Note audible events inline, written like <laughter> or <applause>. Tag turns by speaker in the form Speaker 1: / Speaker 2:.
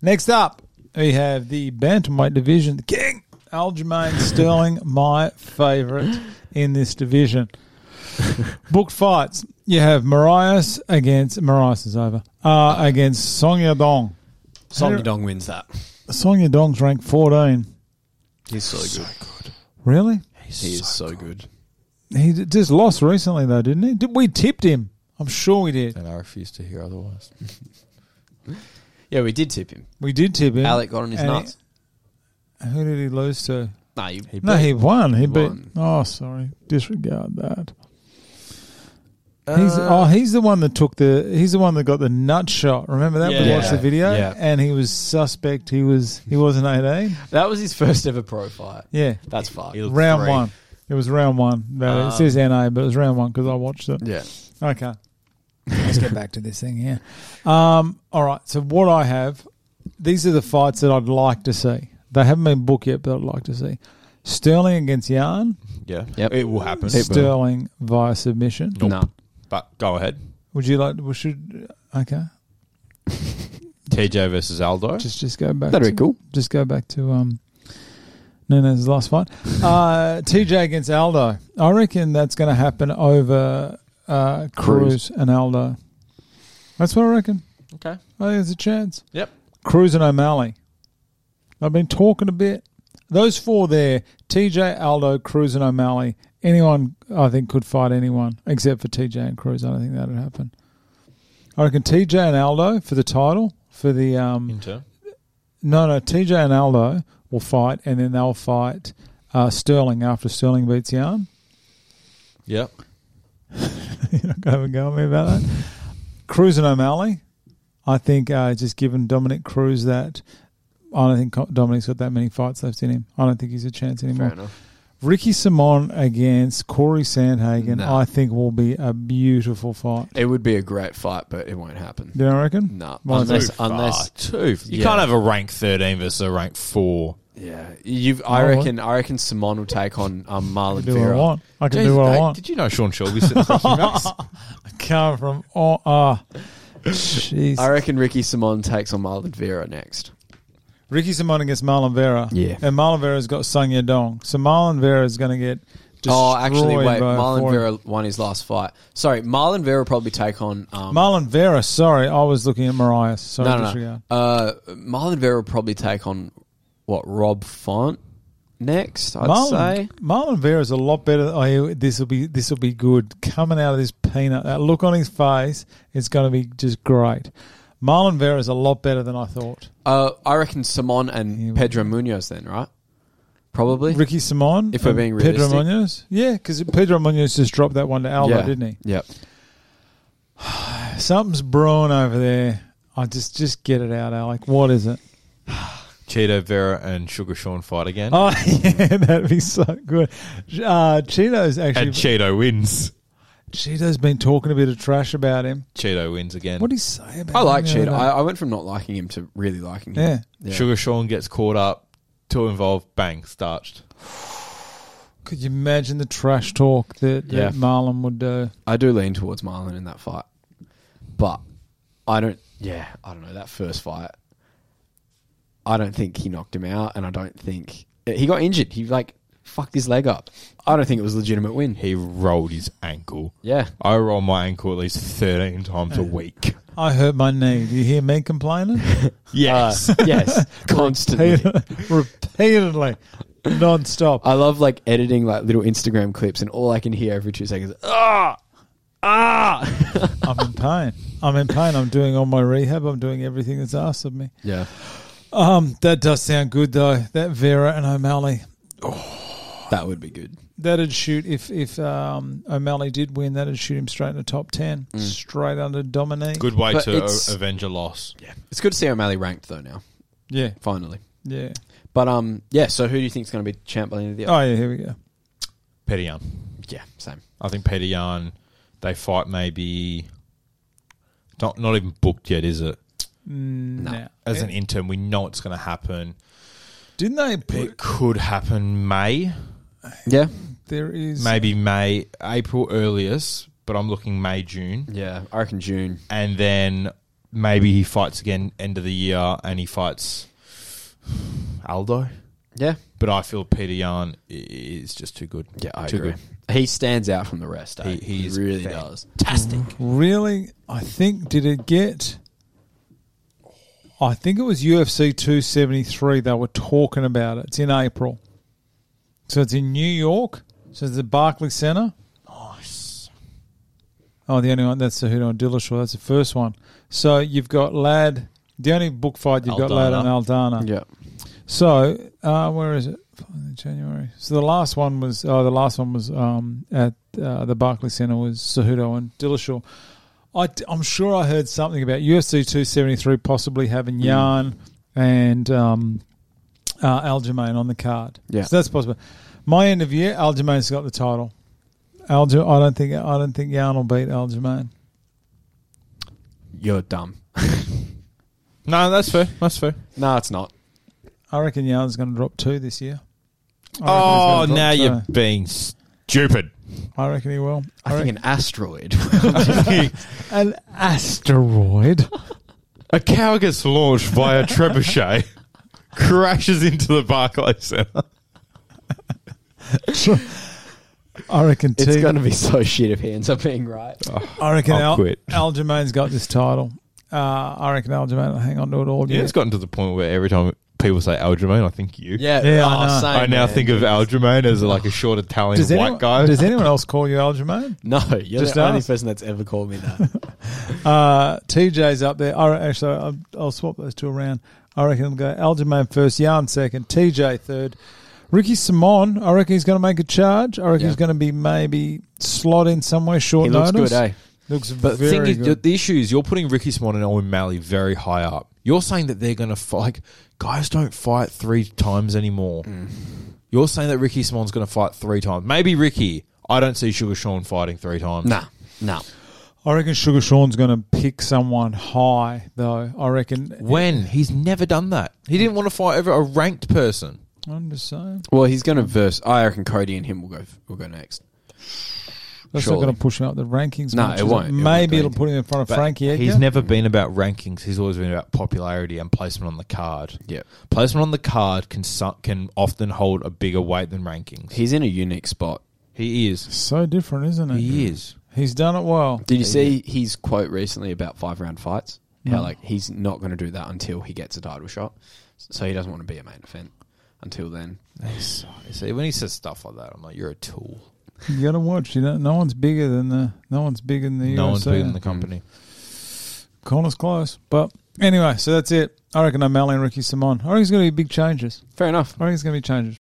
Speaker 1: Next up, we have the bantamweight division. The king, Aljamain <laughs> Sterling, my favourite in this division. Booked fights. You have Marias against Marias is over uh, against Song Yadong.
Speaker 2: Song Dong wins that.
Speaker 1: Song Yadong's ranked 14.
Speaker 2: He's so good.
Speaker 1: Really?
Speaker 2: He is so good.
Speaker 1: He d- just lost recently though, didn't he? Did we tipped him? I'm sure we did.
Speaker 3: and I refuse to hear otherwise.
Speaker 2: Yeah, we did tip him.
Speaker 1: We did tip him.
Speaker 2: Alec got on his
Speaker 1: And
Speaker 2: nuts.
Speaker 1: he- who did he lose to?
Speaker 2: No, you,
Speaker 1: No, he won. He,
Speaker 2: He
Speaker 1: beat.
Speaker 2: won.
Speaker 1: Oh, sorry. Disregard that. He's
Speaker 3: Um,
Speaker 1: oh he's the one that took the he's the one that got the nut shot. Remember that? we
Speaker 2: Yeah.
Speaker 1: watched the video
Speaker 2: Yeah.
Speaker 1: and he was suspect. He was he wasn't eighteen.
Speaker 2: that was his first ever pro fight.
Speaker 1: Yeah,
Speaker 2: That's fucked.
Speaker 1: round one. It was round one. No,
Speaker 2: Ah.
Speaker 1: it says NA, but it was round one because I watched it.
Speaker 3: Yeah.
Speaker 1: Okay, let's get back to this thing here. Um, all right. So what I have, these are the fights that I'd like to see. They haven't been booked yet, but I'd like to see Sterling against Yarn.
Speaker 3: Yeah.
Speaker 2: Yep.
Speaker 3: It will happen.
Speaker 1: Sterling via submission.
Speaker 3: Nope.
Speaker 2: No.
Speaker 3: But go ahead.
Speaker 1: Would you like? We should. Okay,
Speaker 3: TJ versus Aldo.
Speaker 1: just just go back.
Speaker 2: That'd
Speaker 1: to,
Speaker 2: be cool.
Speaker 1: Just go back to um, Nunez's last fight.
Speaker 2: <laughs>
Speaker 1: Uh, TJ against Aldo. I reckon that's going to happen over uh, Cruz. and Aldo. That's what I reckon.
Speaker 2: Okay.
Speaker 1: I think there's a chance.
Speaker 2: Yep.
Speaker 1: Cruz and O'Malley. I've been talking a bit. Those four there: TJ, Aldo, Cruz, and O'Malley. Anyone I think could fight anyone except for TJ and Cruz. I don't think that'd happen. I reckon TJ and Aldo for the title for the um,
Speaker 3: Inter.
Speaker 1: no, no. TJ and Aldo will fight, and then they'll fight uh, Sterling after Sterling beats Yarn. <laughs>
Speaker 3: Yep.
Speaker 1: You're not going to have a go at me about that. Cruz and O'Malley. I think uh, just given Dominic Cruz that. I don't think Co- Dominic's got that many fights left in him. I don't think he's a chance
Speaker 2: Fair
Speaker 1: anymore.
Speaker 2: enough.
Speaker 1: Ricky Simon against Corey Sandhagen,
Speaker 2: No.
Speaker 1: I think, will be a beautiful fight.
Speaker 2: It would be a great fight, but it won't happen.
Speaker 1: Do you reckon?
Speaker 2: No.
Speaker 1: Why is
Speaker 2: unless,
Speaker 3: Too far.
Speaker 2: unless,
Speaker 3: Too f- You
Speaker 2: Yeah.
Speaker 3: can't have a rank 13 versus a rank 4.
Speaker 2: yeah. You've, I
Speaker 1: No, what?
Speaker 2: reckon, I reckon Simon will take on um,
Speaker 1: I
Speaker 2: Marlon
Speaker 1: can do what I
Speaker 2: Vera.
Speaker 1: want. I can do
Speaker 3: Jeez,
Speaker 1: what I
Speaker 3: mate,
Speaker 1: want.
Speaker 3: Did you know Sean Shelby sitting across
Speaker 1: <laughs>
Speaker 3: from us?
Speaker 1: Come from oh,
Speaker 2: <laughs>
Speaker 1: ah, jeez.
Speaker 2: I reckon Ricky Simon takes on Marlon Vera next.
Speaker 1: Ricky Simon against Marlon Vera.
Speaker 2: Yeah.
Speaker 1: And Marlon Vera's got Sung Yadong. So Marlon Vera is going to get destroyed.
Speaker 2: Oh, actually, wait.
Speaker 1: by
Speaker 2: Marlon
Speaker 1: Ford.
Speaker 2: Vera won his last fight. Sorry, Marlon Vera will probably take on. Um,
Speaker 1: Marlon Vera, sorry. I was looking at Marias. Sorry,
Speaker 2: no, no,
Speaker 1: disregard.
Speaker 2: no. Uh, Marlon Vera will probably take on what Rob Font next. I'd say.
Speaker 1: Marlon, Marlon Vera is a lot better. Oh, this will be this will be good coming out of this peanut. That look on his face, it's going to be just great. Marlon Vera is a lot better than I thought.
Speaker 2: Uh, I reckon Simon and
Speaker 1: Yeah.
Speaker 2: Pedro Munoz then, right? Probably.
Speaker 1: Ricky Simon,
Speaker 2: If we're
Speaker 1: and
Speaker 2: being
Speaker 1: Pedro
Speaker 2: realistic.
Speaker 1: Munoz, yeah, because Pedro Munoz just dropped that one to Aldo,
Speaker 2: yeah.
Speaker 1: didn't he?
Speaker 2: Yep.
Speaker 1: Something's brewing over there. I just just get it out, Alec. What is it?
Speaker 3: Cheeto Vera and Sugar Sean fight again.
Speaker 1: <laughs> Oh yeah, that'd be so good. Uh, Cheeto's actually
Speaker 3: and Cheeto wins.
Speaker 1: Cheeto's been talking a bit of trash about him.
Speaker 3: Cheeto wins again.
Speaker 1: What do you say about?
Speaker 2: I
Speaker 1: him
Speaker 2: like
Speaker 1: the
Speaker 2: Cheetah.
Speaker 1: other
Speaker 2: I,
Speaker 1: day?
Speaker 2: I went from not liking him to really liking him.
Speaker 1: yeah.
Speaker 2: Yeah.
Speaker 3: Sugar Sean gets caught up, too involved, bang, starched.
Speaker 1: Could you imagine the trash talk that, that
Speaker 2: Yeah.
Speaker 1: Marlon would do?
Speaker 2: I do lean towards Marlon in that fight, but I don't. Yeah, I don't know that first fight. I don't think he knocked him out, and I don't think he got injured. He like fucked his leg up. I don't think it was a legitimate win.
Speaker 3: He rolled his ankle.
Speaker 2: Yeah,
Speaker 3: I roll my ankle at least 13 times a week.
Speaker 1: I hurt my knee. Do you hear me
Speaker 2: <laughs>
Speaker 1: complaining?
Speaker 3: <laughs> Yes.
Speaker 2: Uh, yes, constantly.
Speaker 1: Repeated- Repeatedly, non-stop.
Speaker 2: I love like editing like little Instagram clips, and all I can hear every two seconds, ah, ah.
Speaker 1: I'm in pain. I'm in pain. I'm doing all my rehab. I'm doing everything that's asked of me.
Speaker 2: Yeah,
Speaker 1: Um, that does sound good though. That Vera and O'Malley.
Speaker 2: that would be good.
Speaker 1: That'd shoot if if um, O'Malley did win. That'd shoot him straight in the top ten, straight under Dominique.
Speaker 3: Mm. Good way
Speaker 2: But
Speaker 3: to
Speaker 2: it's-
Speaker 3: a- avenge a loss.
Speaker 2: Yeah, it's good to see O'Malley ranked though now,
Speaker 1: Yeah,
Speaker 2: finally.
Speaker 1: yeah.
Speaker 2: But um, yeah. So who do you think's going to be champ by the end of the year?
Speaker 1: Oh yeah, here we go.
Speaker 3: Petty Yarn.
Speaker 2: Yeah, same.
Speaker 3: I think Petty Yarn, they fight maybe. Not, not even booked yet, is it?
Speaker 1: Mm,
Speaker 2: No.
Speaker 1: now.
Speaker 3: As an intern, we know it's going to happen.
Speaker 1: Didn't they put
Speaker 3: It could happen May,
Speaker 2: Yeah,
Speaker 1: there is
Speaker 3: maybe May, April earliest, but I'm looking May, June.
Speaker 2: yeah. I reckon June.
Speaker 3: And then maybe he fights again end of the year and he fights Aldo.
Speaker 2: Yeah,
Speaker 3: But I feel Peter Yarn is just too good.
Speaker 2: yeah, I
Speaker 3: too
Speaker 2: agree.
Speaker 3: good.
Speaker 2: He stands out from the rest. eh?
Speaker 3: He- he is
Speaker 2: really
Speaker 3: fan-
Speaker 2: does. Fantastic.
Speaker 1: Really, I think did it get? I think it was UFC 273. They were talking about it. It's in April, so it's in New York. So it's the Barclays Center.
Speaker 3: Nice.
Speaker 1: Oh, the only one that's the Hudo and Dillashaw. That's the first one. So you've got Lad. The only book fight you've got Lad and Aldana.
Speaker 2: Yeah,
Speaker 1: So uh, where is it? January. So the last one was oh, the last one was um, at uh, the Barclays Center was Cejudo and Dillashaw. I, am sure I heard something about UFC 273 possibly
Speaker 2: Mm.
Speaker 1: having Yarn and um, uh, Aljamain on the card.
Speaker 2: Yeah.
Speaker 1: so that's possible. My end of year, Aljamain's got the title. Alja, I don't think I don't think Yarn will beat Aljamain.
Speaker 2: you're dumb.
Speaker 3: No, that's fair. That's fair.
Speaker 2: No, it's not.
Speaker 1: I reckon Yarn's going to drop two this year. I reckon he's
Speaker 3: Oh,
Speaker 1: gonna drop
Speaker 3: now
Speaker 1: two.
Speaker 3: you're being stupid.
Speaker 1: I reckon he will.
Speaker 2: I,
Speaker 1: reckon-
Speaker 2: think an
Speaker 3: <laughs>
Speaker 2: asteroid.
Speaker 1: An asteroid. <laughs>
Speaker 3: A cow gets launched by a
Speaker 1: <laughs>
Speaker 3: trebuchet, crashes into the Barclays Center.
Speaker 1: I reckon.
Speaker 2: it's
Speaker 1: T-
Speaker 2: going to be so shit if he ends up being right.
Speaker 3: Oh,
Speaker 1: I reckon
Speaker 3: I'll
Speaker 1: Al-
Speaker 3: quit.
Speaker 1: Aljamain's got this title. Uh, I reckon Aljamain will hang on to it all
Speaker 3: Yeah,
Speaker 1: year.
Speaker 3: it's gotten to the point where every time people say Aljamain, I think you.
Speaker 2: Yeah,
Speaker 1: Yeah,
Speaker 2: oh,
Speaker 1: I know.
Speaker 2: same,
Speaker 3: I now
Speaker 2: man.
Speaker 3: think of Aljamain as like a short Italian
Speaker 1: does,
Speaker 3: white
Speaker 1: anyone,
Speaker 3: guy.
Speaker 1: does anyone else call you Aljamain?
Speaker 2: No, <laughs> you're
Speaker 1: Just
Speaker 2: the only
Speaker 1: ask.
Speaker 2: person that's ever called
Speaker 1: <laughs>
Speaker 2: me that.
Speaker 1: Uh, TJ's up there. I, re- actually, I'll, I'll swap those two around. I reckon it'll go Aljamain first, Yarn second, TJ third. Ricky Simon, I reckon he's going to make a charge. I reckon
Speaker 2: Yeah.
Speaker 1: he's going to be maybe slot in somewhere short
Speaker 2: he looks
Speaker 1: notice.
Speaker 2: good, eh?
Speaker 1: Looks
Speaker 3: But the thing
Speaker 1: very
Speaker 3: is,
Speaker 1: good.
Speaker 3: the issue is you're putting Ricky Simon and Owen Malley very high up. You're saying that they're going to fight. Like, guys don't fight three times anymore.
Speaker 1: Mm.
Speaker 3: You're saying that Ricky Simon's going to fight three times. Maybe Ricky. I don't see Sugar Sean fighting three times.
Speaker 2: Nah, nah.
Speaker 1: I reckon Sugar Sean's going to pick someone high, though. I reckon.
Speaker 3: When? He's never done that. He didn't want to fight over a ranked person.
Speaker 1: I'm just saying.
Speaker 2: Well, he's going to verse. I reckon Cody and him will go. Will go next.
Speaker 1: That's
Speaker 2: Surely.
Speaker 1: not going to push him up the rankings.
Speaker 2: No,
Speaker 1: much,
Speaker 2: it
Speaker 1: is
Speaker 2: won't. It won't
Speaker 1: Maybe
Speaker 2: do
Speaker 1: it'll
Speaker 2: anything.
Speaker 1: put him in front of
Speaker 3: But
Speaker 1: Frankie Edgar.
Speaker 3: He's never been about rankings. He's always been about popularity and placement on the card.
Speaker 2: Yeah,
Speaker 3: Placement on the card can su- can often hold a bigger weight than rankings.
Speaker 2: he's in a unique spot.
Speaker 3: He is. Mm-hmm.
Speaker 1: so different, isn't it?
Speaker 3: He is.
Speaker 1: He's done it well.
Speaker 2: Did you see his quote recently about five round fights? How like he's not going to do that until he gets a title shot. So he doesn't want to be a main event until then.
Speaker 3: See, when he says stuff like that, I'm like, you're a tool.
Speaker 1: You got to watch. You know, no one's bigger than the. No one's bigger than the
Speaker 3: no one's
Speaker 1: USA.
Speaker 3: bigger than the company.
Speaker 1: Connor's close, but anyway. So that's it. I reckon O'Malley and Ricky Simon. I reckon it's going to be big changes.
Speaker 2: Fair enough.
Speaker 1: I reckon it's going to be changes.